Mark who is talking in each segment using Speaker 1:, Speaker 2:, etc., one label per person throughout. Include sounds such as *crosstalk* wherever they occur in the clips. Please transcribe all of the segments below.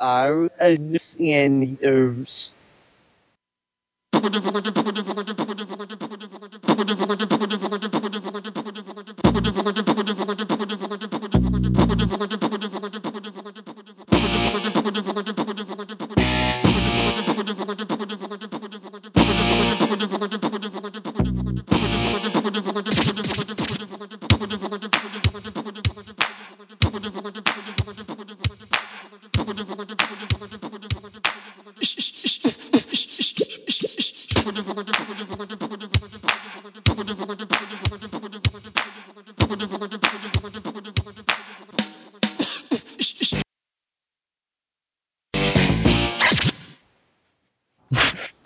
Speaker 1: I understand those.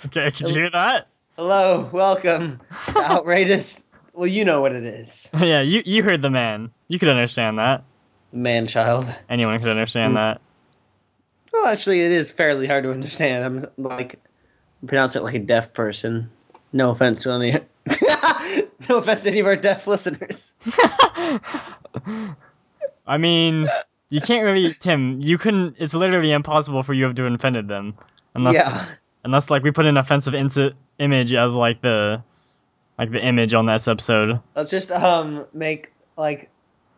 Speaker 2: Okay, *laughs* did you hear that?
Speaker 3: Hello, welcome to Outrageous. well, you know what it is.
Speaker 2: Yeah, you, you heard the man. You could understand that.
Speaker 3: Man child.
Speaker 2: Anyone could
Speaker 3: *laughs*
Speaker 2: understand that.
Speaker 3: Well, actually, it is fairly hard to understand. I'm like, pronounce it like a deaf person. No offense to any. *laughs* no offense to any of our deaf listeners.
Speaker 2: I mean, you can't really, Tim. You couldn't. It's literally impossible for you to have offended them, unless
Speaker 3: yeah.
Speaker 2: unless like we put an offensive insi- image as like the like the image on this episode.
Speaker 3: Let's just um make like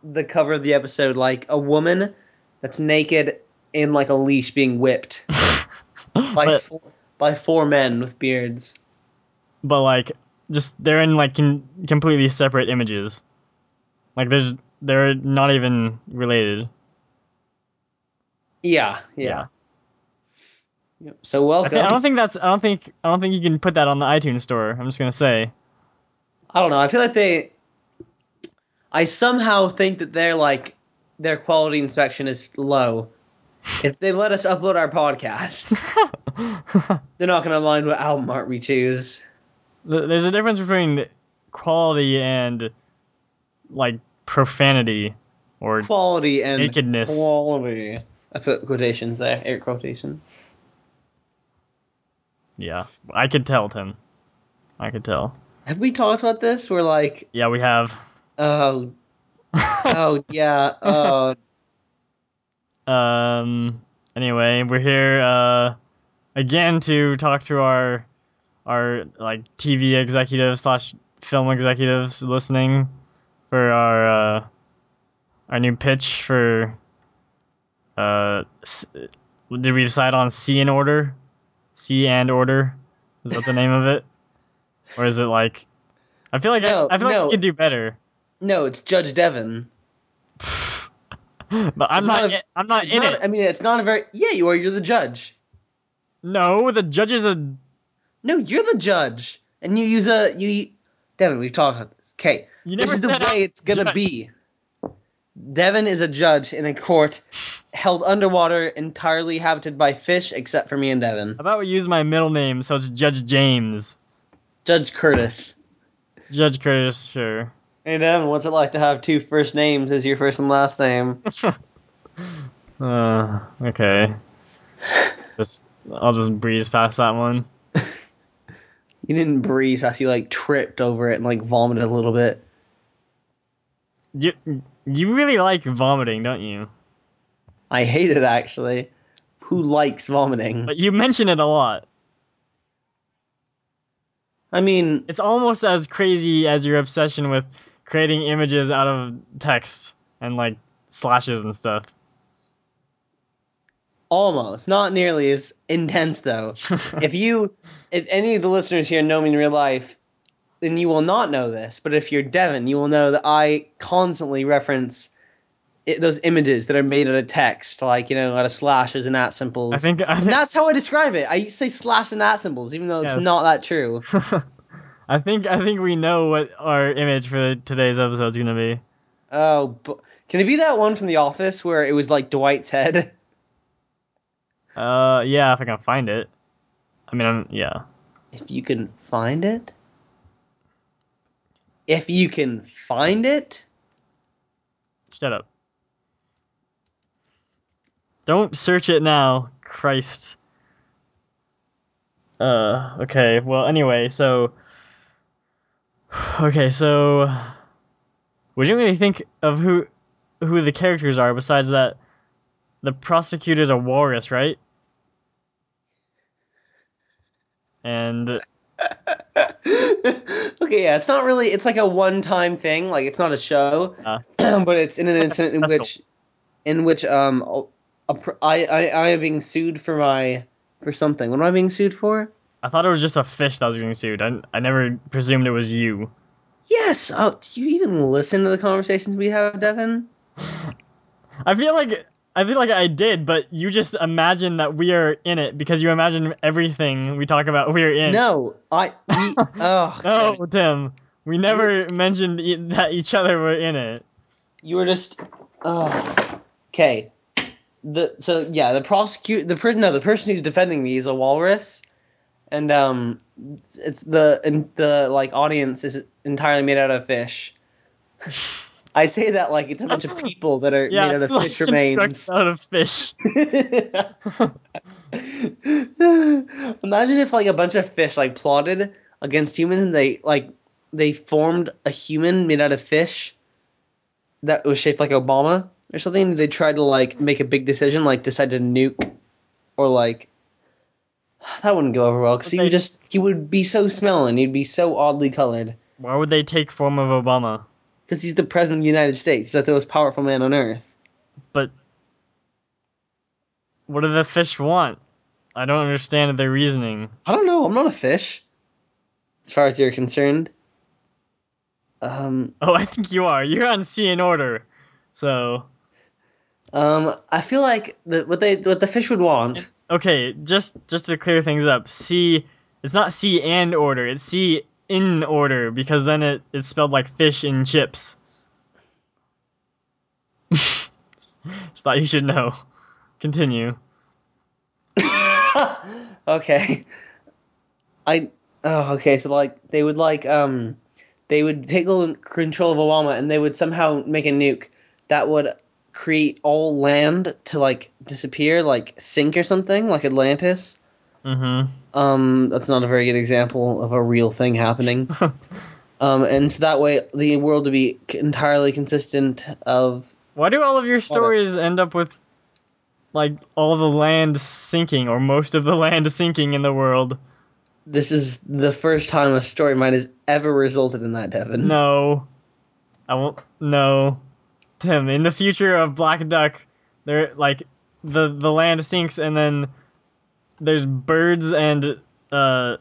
Speaker 3: the cover of the episode like a woman that's naked in like a leash being
Speaker 2: *laughs*
Speaker 3: whipped by
Speaker 2: But-
Speaker 3: four, by four men with beards.
Speaker 2: but like just they're in like con- completely separate images like there's they're not even related
Speaker 3: Yeah, yeah. Yep. So welcome.
Speaker 2: I, thi- I don't think that's i don't think i don't think you can put that on the itunes store i'm just gonna say
Speaker 3: I don't know. I feel like they. I somehow think that they're like their quality inspection is low. If they let us upload our
Speaker 2: *laughs*
Speaker 3: podcast, they're not going to mind what album art we choose.
Speaker 2: Th- there's a difference between quality and like profanity or
Speaker 3: Quality and
Speaker 2: Nakedness.
Speaker 3: Quality. I put quotations there. Air quotation.
Speaker 2: yeah i could tell tim i could tell
Speaker 3: Have we talked about this? We're like,
Speaker 2: yeah we have *laughs*
Speaker 3: oh, oh yeah, oh
Speaker 2: um anyway we're here uh again to talk to our our like tv executives slash film executives listening for our uh our new pitch for uh s- did we decide on c in order c and order is that the name of
Speaker 3: *laughs*
Speaker 2: it or is it like i feel like
Speaker 3: No,
Speaker 2: I, I feel like
Speaker 3: no.
Speaker 2: we could do better *laughs*
Speaker 3: no, it's Judge Devon.
Speaker 2: but i'm
Speaker 3: It's
Speaker 2: not,
Speaker 3: not a-
Speaker 2: in- i'm not in
Speaker 3: Not-
Speaker 2: it
Speaker 3: I mean, it's not a very. Yeah, you are. You're the judge.
Speaker 2: no the judges are
Speaker 3: No, you're the judge, and you use a you. Devin, we've talked about this. Okay,
Speaker 2: you
Speaker 3: this
Speaker 2: never
Speaker 3: is the
Speaker 2: said
Speaker 3: way
Speaker 2: I-
Speaker 3: it's gonna
Speaker 2: judge.
Speaker 3: be. Devin is a judge in a court held underwater, entirely habited by fish, except for me and Devin.
Speaker 2: How about we use my middle name so it's Judge James?
Speaker 3: Judge Curtis.
Speaker 2: Judge Curtis, sure.
Speaker 3: Hey Devin, what's it like to have two first names as your first and last
Speaker 2: *laughs*
Speaker 3: name?
Speaker 2: Uh,
Speaker 3: *sighs*
Speaker 2: okay. Just, I'll just breeze past that one.
Speaker 3: You didn't breathe past you like tripped over it and like vomited a little bit.
Speaker 2: You you really like vomiting, don't you?
Speaker 3: I hate it actually. Who likes vomiting?
Speaker 2: But you mention it a lot.
Speaker 3: I mean,
Speaker 2: It's almost as crazy as your obsession with creating images out of text and like slashes and stuff.
Speaker 3: almost not nearly as intense
Speaker 2: *laughs*
Speaker 3: though if you if any of the listeners here know me in real life then you will not know this but if you're devin you will know that i constantly reference it, those images that are made out of text like you know out of slashes and at symbols
Speaker 2: I think I,
Speaker 3: and
Speaker 2: think,
Speaker 3: that's how i describe it i say slash and at symbols even though it's
Speaker 2: Yeah.
Speaker 3: not that true
Speaker 2: *laughs* I think I think we know what our image for today's episode is gonna be.
Speaker 3: oh but can it be that one from the office where it was like dwight's head *laughs*
Speaker 2: Uh, yeah, if I can find it. I mean, I'm yeah.
Speaker 3: if you can find it if you can find it
Speaker 2: Shut up. Don't search it now, Christ. Uh, okay. Well, anyway, so *sighs* okay, so we didn't really think of who who the characters are besides that the prosecutor's a walrus, right?
Speaker 3: *laughs*
Speaker 2: And
Speaker 3: okay, yeah, it's not really. It's like a one-time thing. Like it's not a show,
Speaker 2: Uh.
Speaker 3: *clears throat* but it's in an
Speaker 2: It's like
Speaker 3: incident
Speaker 2: a
Speaker 3: in
Speaker 2: special.
Speaker 3: which, in which um, a, pr- I, I I am being sued for my for something. What am I being sued for?
Speaker 2: I thought it was just a fish that was getting sued. I, I never presumed it was you.
Speaker 3: Yes. Oh, do you even listen to the conversations we have, Devin?
Speaker 2: I feel like I feel like I did, but you just imagine that we are in it because you imagine everything we talk about we are in.
Speaker 3: No, I.
Speaker 2: *laughs*
Speaker 3: We, oh, Devin,
Speaker 2: Hmm. no, Tim. We never mentioned e- that each other were in it.
Speaker 3: you were just. Oh, okay. The so yeah, the prosecute the person no the person who's defending me is a walrus, and um, it's- it's the and the like audience is entirely made out of fish. *laughs* I say that like it's a
Speaker 2: *laughs*
Speaker 3: bunch of people that are
Speaker 2: Yeah,
Speaker 3: made out
Speaker 2: it's
Speaker 3: of
Speaker 2: like
Speaker 3: fish remains.
Speaker 2: constructed out of fish.
Speaker 3: *laughs* Imagine if like a bunch of fish like plotted against humans and they like they formed a human made out of fish that was shaped like Obama or something and they tried to like make a big decision like decide to nuke or like *sighs* that wouldn't go over well because he
Speaker 2: Okay.
Speaker 3: would just he would be so smelling he'd be so oddly colored
Speaker 2: Why would they take form of Obama?
Speaker 3: because he's the president of the United States that's the most powerful man on earth
Speaker 2: But what do the fish want? I don't understand their reasoning.
Speaker 3: I don't know. I'm not a fish, as far as you're concerned. Um,
Speaker 2: Oh, *laughs* I think you are. You're on C in order. So
Speaker 3: um, I feel like the, what they what the fish would want. *laughs*
Speaker 2: okay, just just to clear things up, C it's not C and order, it's C in order because then it it's spelled like fish and chips. *laughs* just, just thought you should know. Continue.
Speaker 3: okay. I oh okay. So like they would like um, they would take l- control of Obama and they would somehow make a nuke that would create all land to like disappear, like sink or something, like Atlantis.
Speaker 2: Mm-hmm.
Speaker 3: Um, that's not a very good example of a real thing happening.
Speaker 2: *laughs*
Speaker 3: um, and so that way, the world would be c- entirely consistent of.
Speaker 2: Why do all of your stories end up with like all the land sinking or most of the *laughs* land sinking in the world?
Speaker 3: This is the first time a story of mine has ever resulted in that, Devin.
Speaker 2: No. I won't no. Tim, in the future of Black Duck, there like the the land sinks and then there's birds and uh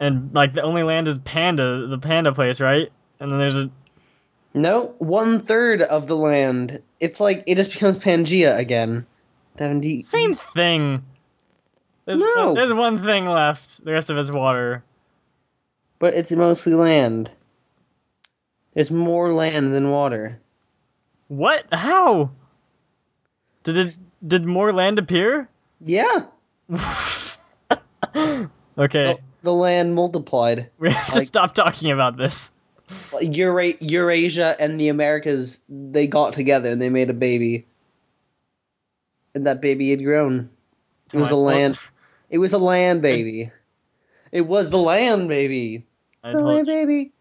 Speaker 2: and like the only land is panda the panda place, right? And then there's a
Speaker 3: no, one third of the land. It's like it just becomes Pangea again. Devin, do you,
Speaker 2: same thing. There's,
Speaker 3: No.
Speaker 2: one, there's one thing left. The rest of it's water.
Speaker 3: but it's mostly land. There's more land than water.
Speaker 2: What? How? Did it, did more land appear?
Speaker 3: Yeah,
Speaker 2: Okay,
Speaker 3: the, the land multiplied.
Speaker 2: we have to
Speaker 3: like-
Speaker 2: stop talking about this.
Speaker 3: Like, Eura- Eurasia and the Americas, they got together and they made a baby. And that baby had grown. It was a
Speaker 2: Well,
Speaker 3: land. It was a land baby. It was the land baby.
Speaker 2: I
Speaker 3: The land
Speaker 2: told,
Speaker 3: baby.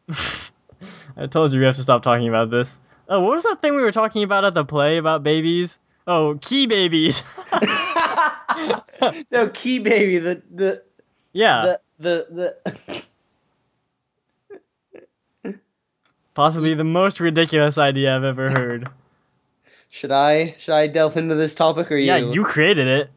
Speaker 2: I told you we have to stop talking about this. Oh, what was that thing we were talking about at the play about babies? Oh, key babies.
Speaker 3: *laughs*
Speaker 2: *laughs*
Speaker 3: no key baby. The the
Speaker 2: yeah,
Speaker 3: the the the. *laughs*
Speaker 2: possibly the most ridiculous idea I've ever
Speaker 3: *laughs*
Speaker 2: heard.
Speaker 3: Should I should I delve into this topic or you?
Speaker 2: Yeah, you created it.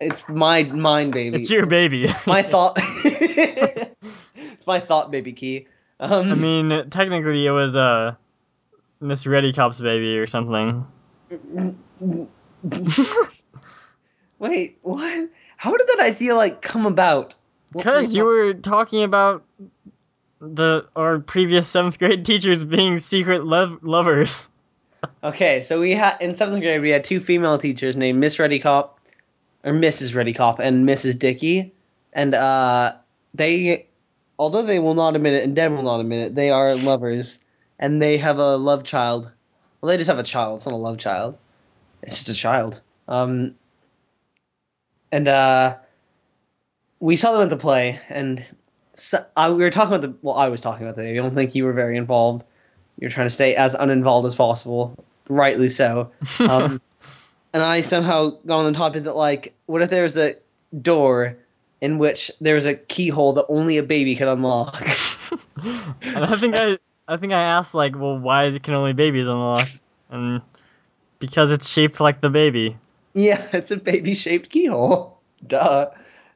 Speaker 3: It's my mind baby.
Speaker 2: It's your baby. *laughs*
Speaker 3: my thought. *laughs* it's my thought baby key. Um,
Speaker 2: I mean, technically, it was uh, Miss Reddy Cop's baby or something.
Speaker 3: Wait, *laughs* what? How did that idea like come about? What
Speaker 2: Because
Speaker 3: were
Speaker 2: you were talking about the our previous seventh grade teachers being secret lov- lovers. *laughs*
Speaker 3: Okay, so we had in seventh grade we had two female teachers named Miss Reddy Cop, or Mrs. Reddy Cop and Mrs. Dickey, and uh, they, although they will not admit it and Deb will not admit it, they are lovers, and they have a love child. Well, they just have a child. It's not a love child. It's just a child. Um, and uh, we saw them at the play, and so, I, we were talking about the. Well, I was talking about the baby. I don't think you were very involved. You're trying to stay as uninvolved as possible rightly so. Um, and I somehow got on the topic that like, what if there was a door in which there was a keyhole that only a baby could unlock? *laughs*
Speaker 2: and I think I, I think I asked like, well, why is it can only babies unlock? And because it's shaped like the baby,
Speaker 3: yeah, it's a baby-shaped keyhole. *laughs* Duh.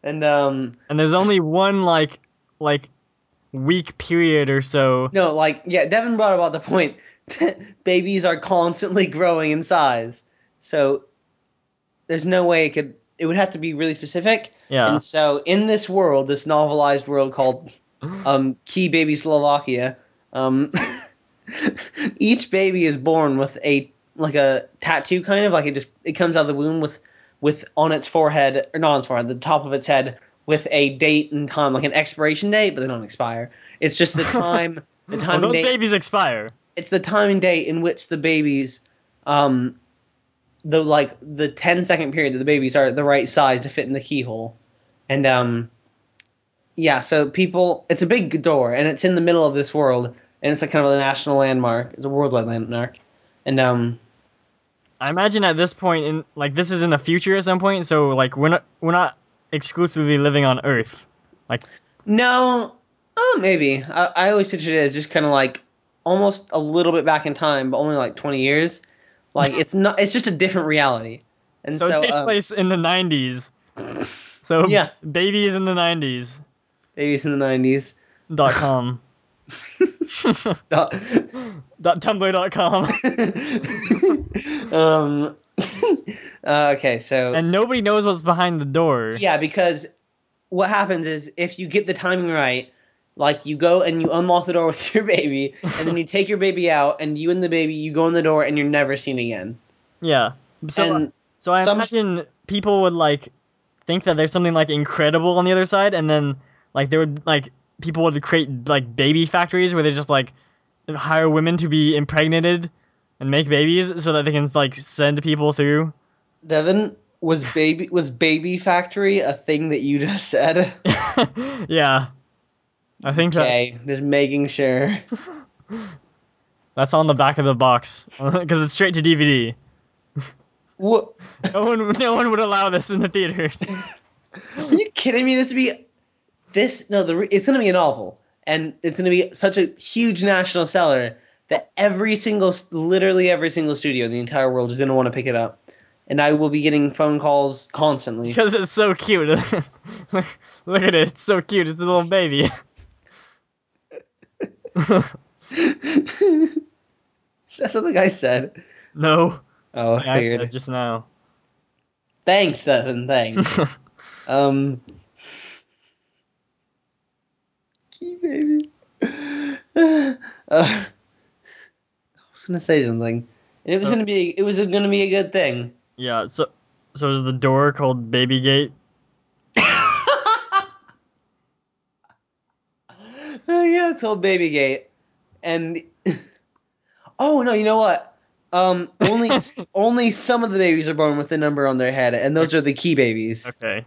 Speaker 3: And um,
Speaker 2: and there's only one like, like, week period or so.
Speaker 3: no, like, yeah, Devin brought about the point. *laughs* Babies are constantly growing in size, so there's no way it could. It would have to be really specific.
Speaker 2: Yeah,
Speaker 3: And so in this world, this novelized world
Speaker 2: *laughs*
Speaker 3: called um, Key Baby Slovakia, um, *laughs* each baby is born with a like a tattoo, kind of like it just it comes out of the womb with with on its forehead or not on its forehead, the top of its head with a date and time, like an expiration date, but they don't expire. It's
Speaker 2: *laughs*
Speaker 3: just the time, the
Speaker 2: well,
Speaker 3: time and
Speaker 2: those
Speaker 3: date.
Speaker 2: babies expire.
Speaker 3: it's the time and date in which the babies, um, the like the 10 second period that the babies are the right size to fit in the keyhole. And um yeah, so people it's a big door and it's in the middle of this world and it's a kind of a national landmark. It's a worldwide landmark. And um
Speaker 2: I imagine at this point in like this is in the future at some point, so like we're not we're not exclusively living on Earth. Like
Speaker 3: no oh maybe. I, I always pictured it as just kinda like almost a little bit back in time, but only like twenty years. Like it's not it's just a different reality. And
Speaker 2: so,
Speaker 3: so,
Speaker 2: it takes
Speaker 3: um,
Speaker 2: place in the nineties. So
Speaker 3: Yeah.
Speaker 2: babies in the nineties
Speaker 3: babies in the nineties. *laughs*
Speaker 2: dot com. *laughs* dot tumblr dot com.
Speaker 3: um *laughs* uh, okay, so
Speaker 2: And nobody knows what's behind the door.
Speaker 3: Yeah, because what happens is if you get the timing right, like you go and you unlock the door with *laughs* your baby, and then you take your baby out, and you and the baby you go in the door, and you're never seen again.
Speaker 2: Yeah. So
Speaker 3: and
Speaker 2: so I
Speaker 3: some-
Speaker 2: imagine people would like think that there's something like incredible on the other side and then like there would like people would create like baby factories where they just like hire women to be impregnated and make babies so that they can like send people through. *laughs*
Speaker 3: Devin was baby was baby factory a thing that you just
Speaker 2: *laughs*
Speaker 3: said?
Speaker 2: yeah. I think that
Speaker 3: Okay, just making
Speaker 2: *laughs*
Speaker 3: sure.
Speaker 2: That's on the back of the box *laughs* because it's straight to DVD.
Speaker 3: What?
Speaker 2: No one, *laughs* no one would allow this in the theaters.
Speaker 3: Are you kidding me? This would be this no. The re- it's gonna be a novel, and it's gonna be such a huge national seller that every single, literally every single studio in the entire world is gonna want to pick it up. And I will be getting phone calls *laughs* constantly.
Speaker 2: because it's so cute. *laughs* look, look at it, it's so cute. It's a little baby.
Speaker 3: Is that something I said?
Speaker 2: *laughs* No,
Speaker 3: Oh, I
Speaker 2: I
Speaker 3: figured.
Speaker 2: said just now. *laughs*
Speaker 3: Thanks, Devin. *laughs* Thanks. um, key baby. *sighs* uh, I was gonna say something, and it was
Speaker 2: Oh.
Speaker 3: gonna be it was gonna be a good thing.
Speaker 2: Yeah. So, so is the door called Baby Gate?
Speaker 3: Oh yeah, it's called Baby Gate, and *laughs* oh no, you know what? Um,
Speaker 2: *laughs*
Speaker 3: only only some of the babies are born with the number on their head, and those are the key babies.
Speaker 2: Okay.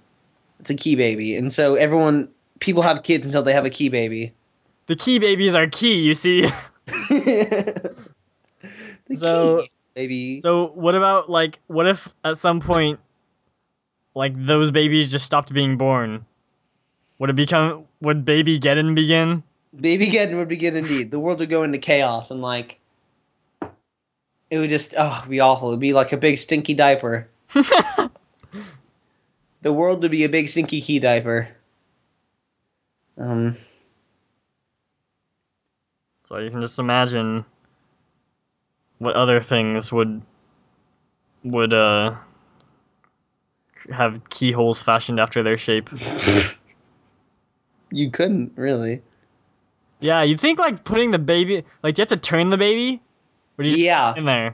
Speaker 3: It's a key baby, and so everyone people have kids until they have a key baby. *laughs*
Speaker 2: The key babies are key. You see. *laughs*
Speaker 3: the
Speaker 2: So-
Speaker 3: key baby.
Speaker 2: So what about like what if at some point like those babies just stopped being born? Would it become would baby geddon begin?
Speaker 3: Baby Geddon would begin indeed. The world would go into chaos and like it would just oh it'd be awful. It'd be like a big stinky
Speaker 2: *laughs*
Speaker 3: diaper. the world would be a big stinky key diaper. Um
Speaker 2: So you can just imagine what other things would would uh have keyholes fashioned after their shape.
Speaker 3: you couldn't really.
Speaker 2: Yeah, you think like putting the baby like do you have to turn the baby? Or do you just
Speaker 3: Yeah.
Speaker 2: put it in there?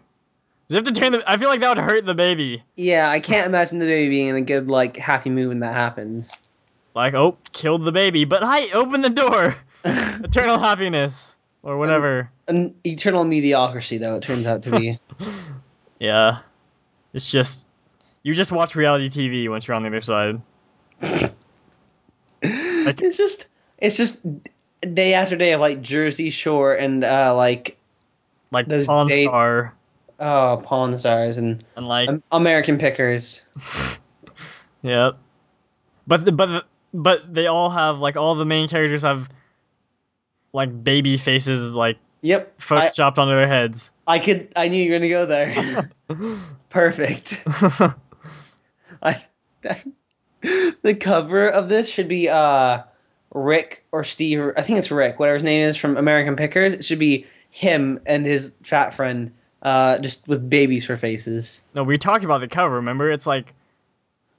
Speaker 2: Do you have to turn the I feel like that would hurt the baby.
Speaker 3: Yeah, I can't imagine the baby being in a good like happy mood when that happens. *laughs*
Speaker 2: Like, oh, killed the baby, but hi, open the door. *laughs* Eternal happiness or whatever.
Speaker 3: An eternal mediocrity though it turns out to
Speaker 2: *laughs*
Speaker 3: be.
Speaker 2: Yeah. It's just you just watch reality TV once you're on the other side.
Speaker 3: it's just it's just day after day of like Jersey Shore and uh like
Speaker 2: Like
Speaker 3: Those
Speaker 2: Pawn
Speaker 3: date-
Speaker 2: Star.
Speaker 3: oh, Pawn Stars and
Speaker 2: and like
Speaker 3: um, American Pickers.
Speaker 2: Yep. But the, but the, but they all have like all the main characters have like baby faces like
Speaker 3: Yep, I,
Speaker 2: photoshopped onto their heads. *laughs*
Speaker 3: I could. I knew you were gonna go there. Perfect. I, the cover of this should be uh, Rick or Steve. I think it's Rick, whatever his name is from American Pickers. It should be him and his fat friend, uh, just with babies for faces.
Speaker 2: no, we talked about the cover. Remember, it's like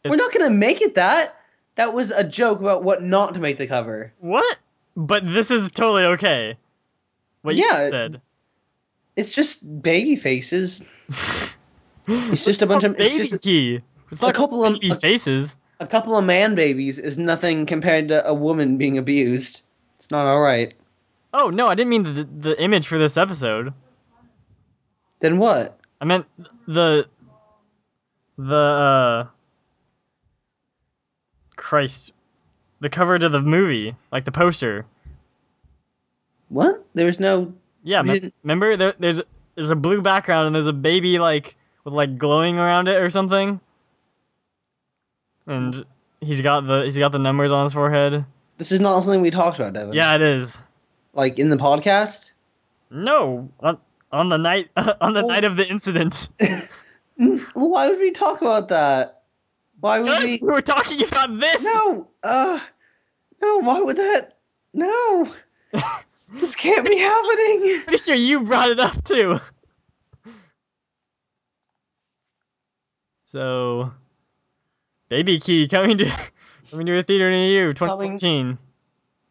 Speaker 3: We're not gonna make it that. That was a joke about what not to make the cover.
Speaker 2: what? But this is totally okay. What
Speaker 3: Yeah,
Speaker 2: you said.
Speaker 3: It's just baby faces. It's just a bunch of
Speaker 2: baby
Speaker 3: it's just
Speaker 2: key. It's
Speaker 3: a
Speaker 2: not
Speaker 3: couple of uh
Speaker 2: baby
Speaker 3: a-
Speaker 2: faces.
Speaker 3: a couple of man babies is nothing compared to a woman being abused. It's not all right.
Speaker 2: Oh no, I didn't mean the, the image for this episode.
Speaker 3: Then what?
Speaker 2: I meant the the uh, Christ, the cover to the movie, like the poster.
Speaker 3: What? There was no.
Speaker 2: Yeah,
Speaker 3: We
Speaker 2: me-
Speaker 3: didn't-
Speaker 2: remember there, there's there's a blue background and there's a baby like with like glowing around it or something, and he's got the he's got the numbers on his forehead.
Speaker 3: This is not something we talked about, Devin.
Speaker 2: Yeah, it is.
Speaker 3: Like in the podcast.
Speaker 2: No, on, on the night *laughs* on the
Speaker 3: Oh.
Speaker 2: night of the incident,
Speaker 3: Mm, Why would we talk about that? Why would
Speaker 2: Guys,
Speaker 3: we?
Speaker 2: *laughs* we were talking about this.
Speaker 3: No. Uh. No. Why would that? *laughs* No. this can't be happening.
Speaker 2: Pretty sure you brought it up too. So, Baby Key coming to coming to a theater near you, 2014.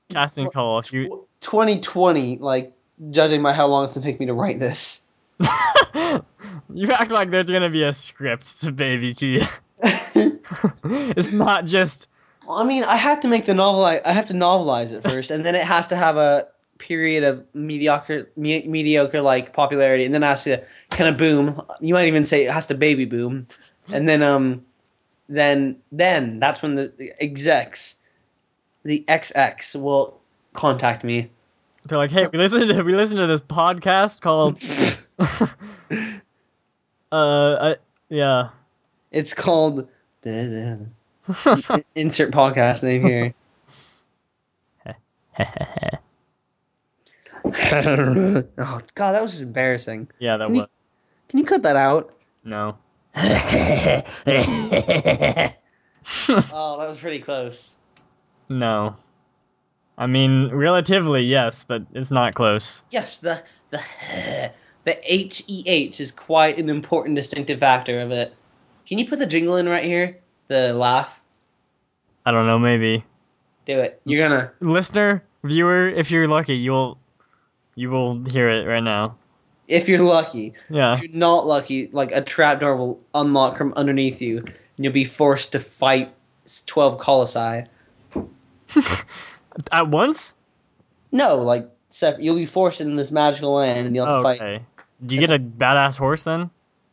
Speaker 2: Casting
Speaker 3: Tw-
Speaker 2: call. If you *laughs*
Speaker 3: 2020. Like judging by how long it's gonna take me to write this. *laughs*
Speaker 2: you act like there's gonna be a script to Baby Key. *laughs* it's not just
Speaker 3: Well, I mean, I have to make the novel. I, I have to novelize it first, and then it has to have a period of mediocre, me, mediocre like popularity, and then it has to kind of boom. You might even say it has to baby boom, and then um, then then that's when the, the execs, the XX will contact me.
Speaker 2: they're like, hey, we listened to we listened to this
Speaker 3: *laughs*
Speaker 2: podcast called *laughs* uh, I,
Speaker 3: *laughs*
Speaker 2: yeah. *laughs*
Speaker 3: It's called the, the- insert podcast name here. oh god, that was just embarrassing.
Speaker 2: yeah, that
Speaker 3: Can you-
Speaker 2: was
Speaker 3: Can you cut that out?
Speaker 2: no.
Speaker 3: Oh, that was pretty close.
Speaker 2: *laughs* No. I mean, relatively, yes, but it's not close.
Speaker 3: Yes, the the *laughs* the H E H is quite an important distinctive factor of it. Can you put the jingle in right here? The laugh.
Speaker 2: I don't know, maybe.
Speaker 3: Do it. You're gonna.
Speaker 2: Listener, viewer, if you're lucky, you'll you will hear it right now.
Speaker 3: If you're lucky.
Speaker 2: Yeah.
Speaker 3: If you're not lucky, like a trapdoor will unlock from underneath you, and you'll be forced to fight s- twelve colossi.
Speaker 2: At once?
Speaker 3: No, like separate. You'll be forced in this magical land, and you'll have to fight.
Speaker 2: okay. Do you get a badass horse then?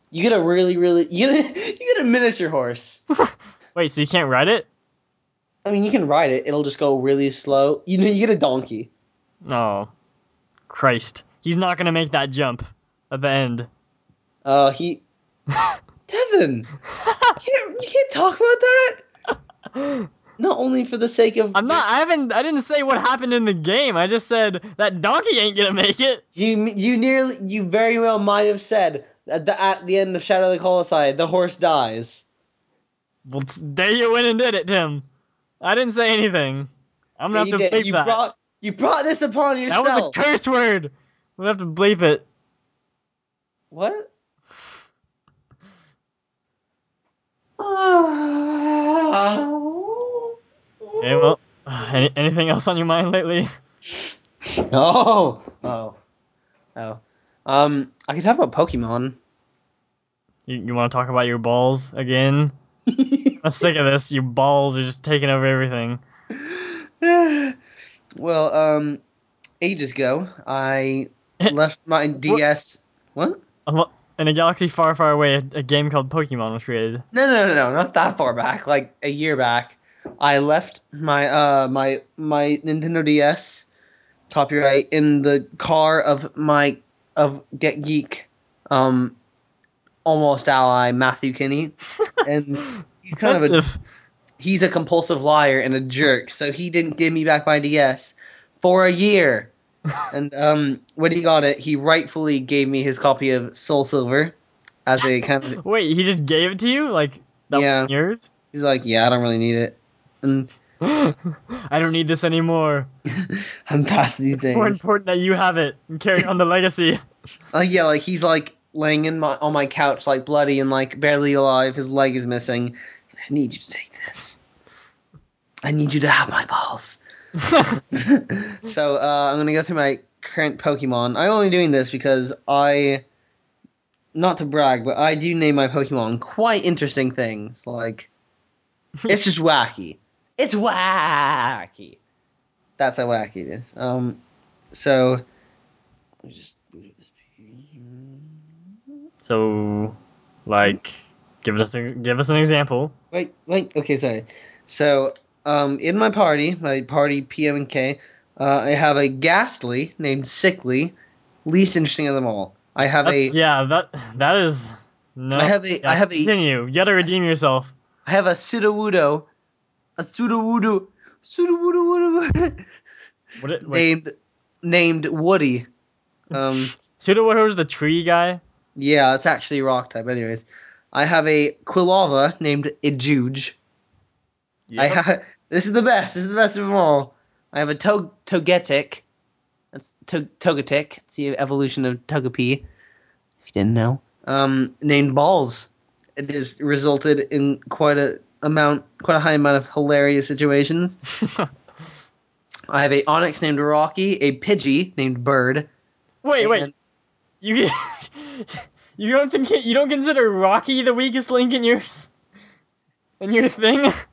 Speaker 3: You get a really, really. *laughs* You get a, you get a miniature horse.
Speaker 2: Wait, so you can't ride it?
Speaker 3: I mean, you can ride it. It'll just go really slow. You know, you get a donkey.
Speaker 2: No. Christ. He's not gonna make that jump at the end.
Speaker 3: Uh, he. Devin! You can't, you can't talk about that? Not only for the sake of.
Speaker 2: I'm not I haven't I didn't say what happened in the game. I just said that donkey ain't gonna make it.
Speaker 3: You, you nearly. You very well might have said at the, at the end of Shadow of the Colossi, the horse dies.
Speaker 2: Well, t- there you went and did it, Tim. I didn't say anything. I'm gonna
Speaker 3: you
Speaker 2: have to
Speaker 3: did.
Speaker 2: bleep
Speaker 3: You
Speaker 2: that.
Speaker 3: brought, you brought this upon
Speaker 2: that
Speaker 3: yourself.
Speaker 2: was a curse word. We'll have to bleep it.
Speaker 3: What? Oh.
Speaker 2: Okay, well, *sighs* any, anything else on your mind lately? *laughs*
Speaker 3: Oh, oh, oh. Um, I could talk about Pokemon. *laughs*
Speaker 2: You, you want to talk about your balls again? I'm sick of this. Your balls are just taking over everything.
Speaker 3: *sighs* well, um, ages ago, I left my DS. What?
Speaker 2: I'm lo- In a galaxy far, far away, a, a game called Pokemon was created.
Speaker 3: No, no, no, no, not that far back. Like a year back, I left my uh my my Nintendo DS copyright in the car of my of Get Geek, um, almost ally Matthew Kinney, and he's kind of a
Speaker 2: Offensive.
Speaker 3: he's a compulsive liar and a jerk, so he didn't give me back my DS for a year. and um, when he got it, he rightfully gave me his copy of Soul Silver as a kind
Speaker 2: *laughs*
Speaker 3: of
Speaker 2: Wait, he just gave it to you? Like, that
Speaker 3: Yeah.
Speaker 2: was yours? *gasps*
Speaker 3: he's like, yeah, I don't really need it, and *laughs*
Speaker 2: I don't need this anymore.
Speaker 3: I'm past these
Speaker 2: More
Speaker 3: days.
Speaker 2: important that you have it and carry on the legacy. *laughs*
Speaker 3: Like yeah, like he's like laying in my on my couch, like bloody and like barely alive. His leg is missing. I need you to take this. I need you to have my balls. *laughs* so uh, I'm gonna go through my current Pokemon. I'm only doing this because I, not to brag, but I do name my Pokemon quite interesting things. Like, it's just wacky. It's wacky. That's how wacky it is. Um, so let me just boot up this page.
Speaker 2: so, like, give us a, give us an example.
Speaker 3: Wait, wait. Okay, sorry. So, um, in my party, my party PM and K, uh, I have a ghastly named Sickly, least interesting of them all. I have a, I
Speaker 2: That's, yeah, that that is no.
Speaker 3: I have a-
Speaker 2: yeah,
Speaker 3: I have a-
Speaker 2: continue. You gotta redeem yourself.
Speaker 3: have a Sudowoodo, a Sudowoodo, *laughs* Sudowoodo
Speaker 2: What? It, wait,
Speaker 3: named named Woody. Um,
Speaker 2: Pseudo was the tree guy?
Speaker 3: yeah, it's actually rock type. Anyways, I have a Quilava named Ijuge. I have. This is the best. This is the best of them all. I have a tog- Togetic. That's to- Togetic. It's the evolution of Togepi. If you didn't know, um, named Balls. It has resulted in quite a amount, quite a high amount of hilarious situations. I have a Onyx named Rocky, a Pidgey named Bird.
Speaker 2: *laughs* Wait, wait.
Speaker 3: and-
Speaker 2: You *laughs* you don't think you don't consider Rocky the weakest link in yours in your thing? *laughs*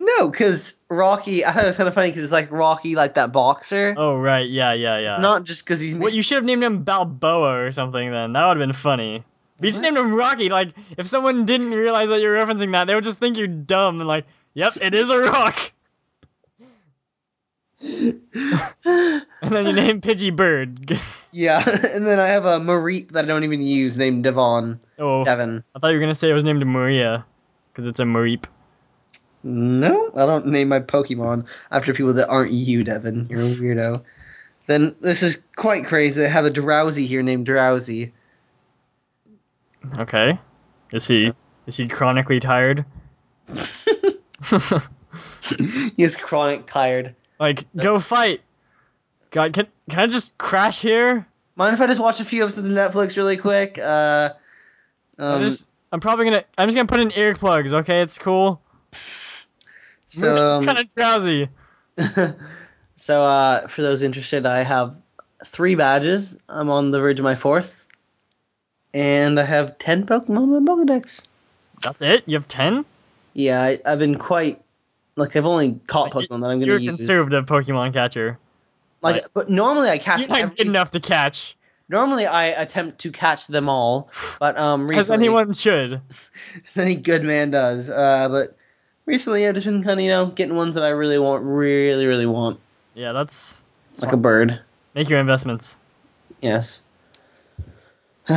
Speaker 3: No, because Rocky. I thought it was kind of funny because it's like Rocky, like that boxer.
Speaker 2: Oh right, yeah, yeah, yeah.
Speaker 3: It's not just because he's.
Speaker 2: What you should have named him Balboa or something then. That would have been funny. But you just named him Rocky. Like if someone didn't realize that you're referencing that, they would just think you're dumb and like, yep, it is a rock. *laughs*
Speaker 3: *laughs*
Speaker 2: and then you name Pidgey Bird. *laughs*
Speaker 3: Yeah, *laughs* and then I have a Mareep that I don't even use named Devon.
Speaker 2: oh,
Speaker 3: Devon.
Speaker 2: I thought you were gonna say it was named Maria, because it's a Mareep.
Speaker 3: No, I don't name my Pokemon after people that aren't you, Devon. You're a weirdo. Then this is quite crazy. I have a Drowsy here named Drowsy.
Speaker 2: *laughs* Okay. Is he is he chronically tired? *laughs*
Speaker 3: he is chronic tired.
Speaker 2: Like, go fight. God, can can I just crash here?
Speaker 3: Mind if I just watch a few episodes of Netflix really quick? Uh, um,
Speaker 2: I'm just I'm probably gonna I'm just gonna put in earplugs. Okay, it's cool.
Speaker 3: so, um,
Speaker 2: kind of drowsy.
Speaker 3: *laughs* so uh, for those interested, I have three badges. I'm on the verge of my fourth, and I have ten Pokemon in my Pokedex.
Speaker 2: That's it. You have ten.
Speaker 3: Yeah, I, I've been quite like I've only caught
Speaker 2: Like,
Speaker 3: Pokemon that I'm
Speaker 2: You're
Speaker 3: gonna
Speaker 2: a
Speaker 3: use.
Speaker 2: conservative Pokemon catcher.
Speaker 3: Like, but normally I catch
Speaker 2: You're not good
Speaker 3: every,
Speaker 2: enough to catch,
Speaker 3: normally I attempt to catch them all, but um, recently,
Speaker 2: as anyone should.
Speaker 3: as *laughs* any good man does. Uh, but recently I've just been kind of you know getting ones that I really want, really really want,
Speaker 2: Yeah, that's
Speaker 3: It's like a bird.
Speaker 2: make your investments.
Speaker 3: Yes. *sighs*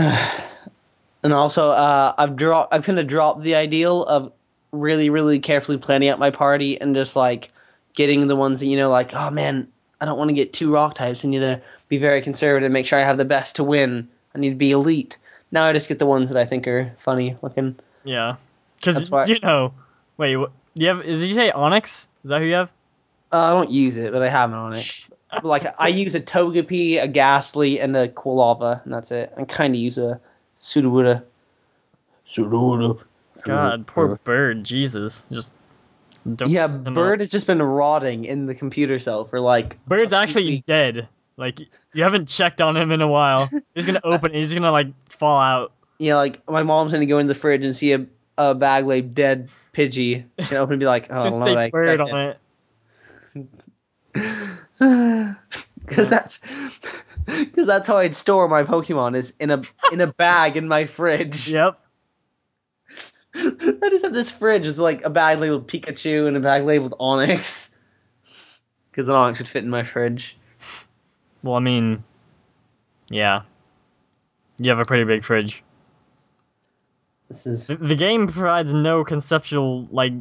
Speaker 3: and also, uh, I've dro- I've kind of dropped the ideal of really, really carefully planning out my party and just like getting the ones that you know, like, oh man, I don't want to get two rock types. I need to be very conservative, make sure I have the best to win. I need to be elite. Now I just get the ones that I think are funny looking.
Speaker 2: Yeah,
Speaker 3: That's
Speaker 2: because
Speaker 3: why-
Speaker 2: you know. Wait, what, do you have? Is did you say Onyx? Is that who you have?
Speaker 3: Uh, I don't use it, but I have it on it. But, like I use a Togepi, a Ghastly, and a Quilava, and that's it. I kind of use a Sudowoodo. Sudowoodo.
Speaker 2: God, poor bird. Jesus, just don't.
Speaker 3: Yeah,
Speaker 2: don't know.
Speaker 3: Bird has just been rotting in the computer cell for like.
Speaker 2: Bird's
Speaker 3: a few
Speaker 2: actually
Speaker 3: weeks.
Speaker 2: dead. Like you haven't checked on him in a while. He's gonna open. He's gonna like fall out.
Speaker 3: Yeah, like my mom's gonna go in the fridge and see a, a bag laid dead Pidgey. She's gonna open and be
Speaker 2: *laughs*
Speaker 3: like,
Speaker 2: It's
Speaker 3: oh, I
Speaker 2: gonna
Speaker 3: don't know what I
Speaker 2: say bird on
Speaker 3: expected.
Speaker 2: it. *laughs*
Speaker 3: Because that's because that's how I'd store my Pokemon is in a in a bag in my
Speaker 2: *laughs*
Speaker 3: fridge.
Speaker 2: Yep.
Speaker 3: *laughs* I just have this fridge with like a bag labeled Pikachu and a bag labeled Onyx. Because an Onyx would fit in my fridge.
Speaker 2: Well, I mean, yeah. You have a pretty big fridge.
Speaker 3: This is
Speaker 2: The, the game provides no conceptual like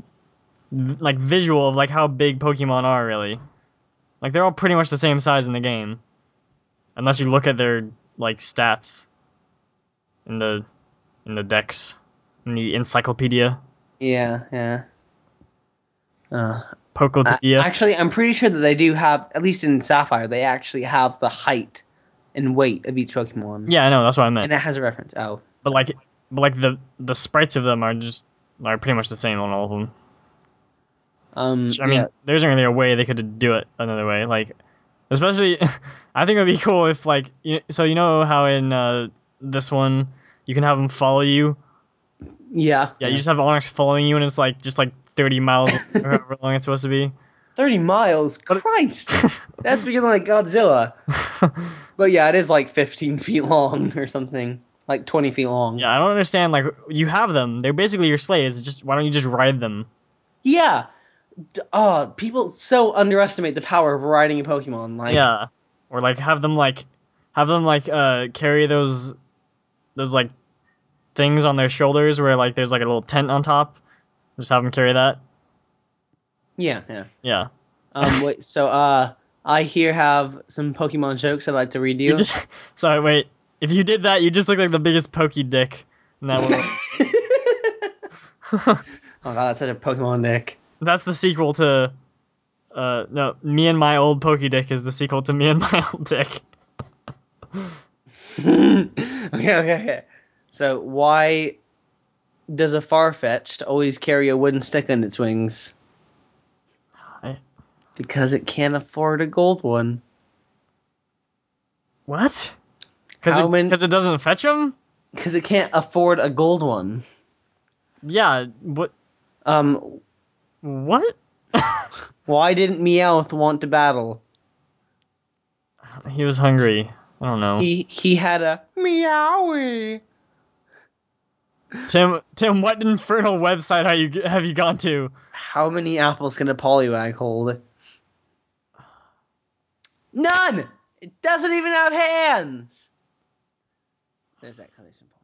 Speaker 2: v- like visual of like how big Pokemon are really. Like they're all pretty much the same size in the game, unless you look at their like stats in the in the decks in the encyclopedia,
Speaker 3: yeah, yeah. Uh, I-
Speaker 2: Pokepedia.
Speaker 3: Actually, I'm pretty sure that they do have, at least in Sapphire, they actually have the height and weight of each Pokemon.
Speaker 2: yeah, I know that's what I meant.
Speaker 3: And it has a reference. Oh,
Speaker 2: But like, but like the the sprites of them are just are pretty much the same on all of them.
Speaker 3: um,
Speaker 2: I mean,
Speaker 3: yeah.
Speaker 2: there isn't really a way they could do it another way. Like, especially, *laughs* I think it would be cool if like, you, so you know how in uh, this one you can have them follow you.
Speaker 3: yeah,
Speaker 2: Yeah, you just have Onyx following you, and it's like just like
Speaker 3: *laughs*
Speaker 2: thirty miles or however long it's supposed to be. *laughs*
Speaker 3: thirty miles. Christ, that's because I'm like Godzilla. But yeah, it is like fifteen feet long or something, like twenty feet long.
Speaker 2: yeah, I don't understand. Like, you have them; they're basically your slaves. It's just why don't you just ride them?
Speaker 3: Yeah. D- Oh, people so underestimate the power of riding a Pokemon. Like,
Speaker 2: yeah, or like have them like have them like uh carry those those like things on their shoulders where like there's like a little tent on top. Just have them carry that.
Speaker 3: yeah,
Speaker 2: *laughs*
Speaker 3: yeah.
Speaker 2: Yeah.
Speaker 3: Um, wait. So, uh, I here have some Pokemon jokes I'd like to read to
Speaker 2: You
Speaker 3: you.
Speaker 2: just *laughs* sorry, wait. If you did that, you just look like the biggest pokey dick. in that *laughs* world.
Speaker 3: *laughs* oh god, that's such a Pokemon dick.
Speaker 2: That's the sequel to uh no, me and my old pokey dick is the sequel to me and *laughs* my old dick.
Speaker 3: *laughs* okay, okay, okay. So, why does a Farfetch'd always carry a wooden stick on its wings?
Speaker 2: I-
Speaker 3: Because it can't afford a gold one.
Speaker 2: What? Because
Speaker 3: How
Speaker 2: it,
Speaker 3: many-
Speaker 2: 'cause it doesn't fetch him?
Speaker 3: Because it can't afford a gold one.
Speaker 2: Yeah. What?
Speaker 3: Um,
Speaker 2: What?
Speaker 3: why didn't Meowth want to battle?
Speaker 2: He was hungry. I don't know.
Speaker 3: He he had a meowie.
Speaker 2: Tim, Tim, what infernal website are you have you gone to?
Speaker 3: How many apples can a polywag hold? None. It doesn't even have hands. There's that collision point.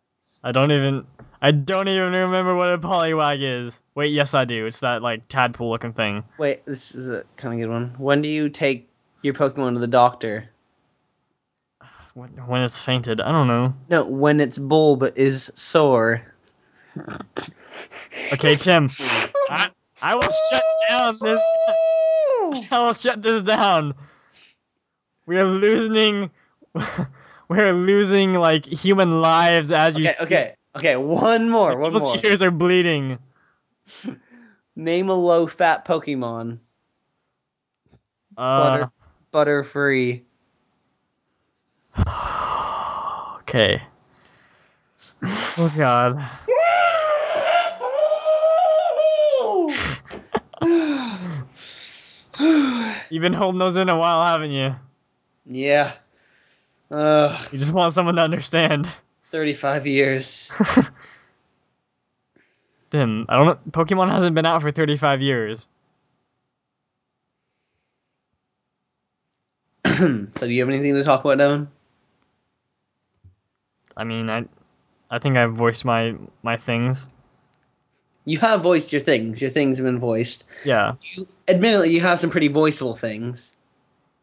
Speaker 2: I don't even I don't even remember what a polywag is. Wait, yes I do. It's that like tadpole looking thing.
Speaker 3: Wait, this is a kind of good one. When do you take your Pokemon to the doctor?
Speaker 2: When when it's fainted, I don't know.
Speaker 3: No, when its bulb is sore.
Speaker 2: Okay, Tim, I I will shut down this. *laughs* I will shut this down. We are losing. *laughs* We are losing like human lives as you.
Speaker 3: Okay,
Speaker 2: speak.
Speaker 3: okay, okay. One more, one
Speaker 2: People's
Speaker 3: more.
Speaker 2: ears are bleeding.
Speaker 3: Name a low-fat Pokemon.
Speaker 2: Uh,
Speaker 3: Butter, free.
Speaker 2: okay. Oh God. You've been holding those in a while, haven't you?
Speaker 3: *sighs* yeah. Ugh.
Speaker 2: You just want someone to understand.
Speaker 3: 35 years. *clears throat*
Speaker 2: Tim, I don't know. Pokemon hasn't been out for 35 years.
Speaker 3: so, do you have anything to talk about, Devin?
Speaker 2: I mean, I, I think I've voiced my my things.
Speaker 3: You have voiced your things. Your things have been voiced.
Speaker 2: Yeah.
Speaker 3: You, admittedly, you have some pretty voiceable things.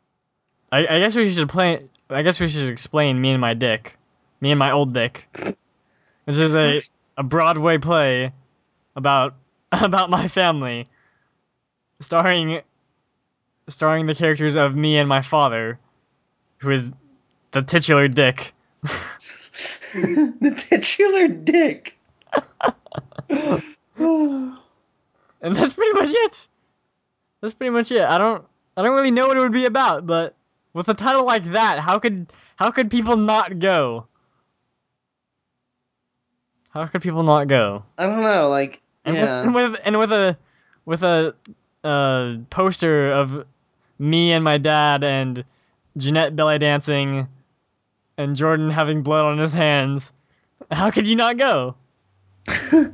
Speaker 3: *laughs*
Speaker 2: I, I guess we should play. I guess we should explain me and my dick, me and my old dick, which is a a Broadway play about *laughs* about my family, starring starring the characters of me and my father, who is the titular dick.
Speaker 3: the titular dick. *sighs*
Speaker 2: and that's pretty much it. That's pretty much it. I don't I don't really know what it would be about, but with a title like that, how could how could people not go? How could people not go?
Speaker 3: I don't know, like,
Speaker 2: And,
Speaker 3: yeah.
Speaker 2: with, and with and with a with a uh, poster of me and my dad and Jeanette belly dancing and Jordan having blood on his hands. How could you not go?
Speaker 3: *laughs*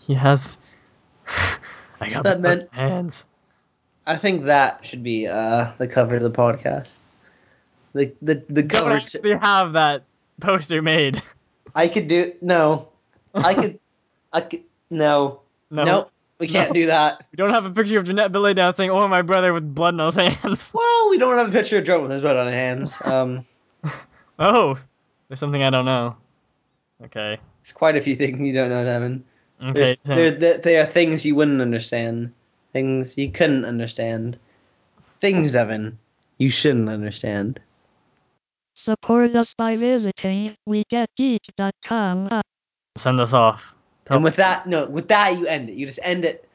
Speaker 2: He has. *laughs* I got
Speaker 3: That
Speaker 2: blood
Speaker 3: meant-
Speaker 2: on my hands.
Speaker 3: I think that should be uh, the cover of the podcast. The the the
Speaker 2: Don't
Speaker 3: cover.
Speaker 2: actually have that poster made.
Speaker 3: I could do no.
Speaker 2: *laughs*
Speaker 3: I could. I could no.
Speaker 2: No,
Speaker 3: Nope, we can't
Speaker 2: No.
Speaker 3: do that.
Speaker 2: we don't have a picture of Jeanette Belay down saying, "Oh, my brother with blood on his hands." *laughs*
Speaker 3: Well, we don't have a picture of Jordan with his blood on his hands. Um,
Speaker 2: Oh, there's something I don't know. Okay,
Speaker 3: it's quite a few things you don't know, Devin.
Speaker 2: okay.
Speaker 3: There's, there, there, there are things you wouldn't understand, things you couldn't understand, things, Devin, you shouldn't understand.
Speaker 4: Support us by visiting wegetgeek.com.
Speaker 2: Send us off. *gasps* Tell-
Speaker 3: And with that, no, with that you end it. You just end it.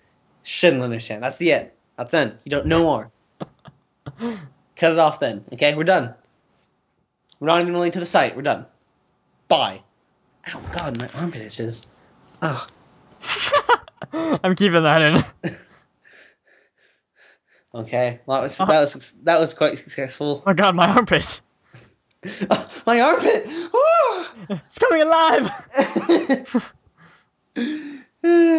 Speaker 3: Shouldn't understand. That's the end. That's end. You don't know more. Cut it off then. Okay, we're done. We're not even linked to the site. We're done. Bye. Oh God, my armpit itches. Oh,
Speaker 2: I'm keeping that in. *laughs* Oh
Speaker 3: okay. Well, that was that was that was quite successful. *laughs*
Speaker 2: Oh God, my armpit.
Speaker 3: my armpit.
Speaker 2: *laughs* It's coming alive.
Speaker 3: *laughs* Woo!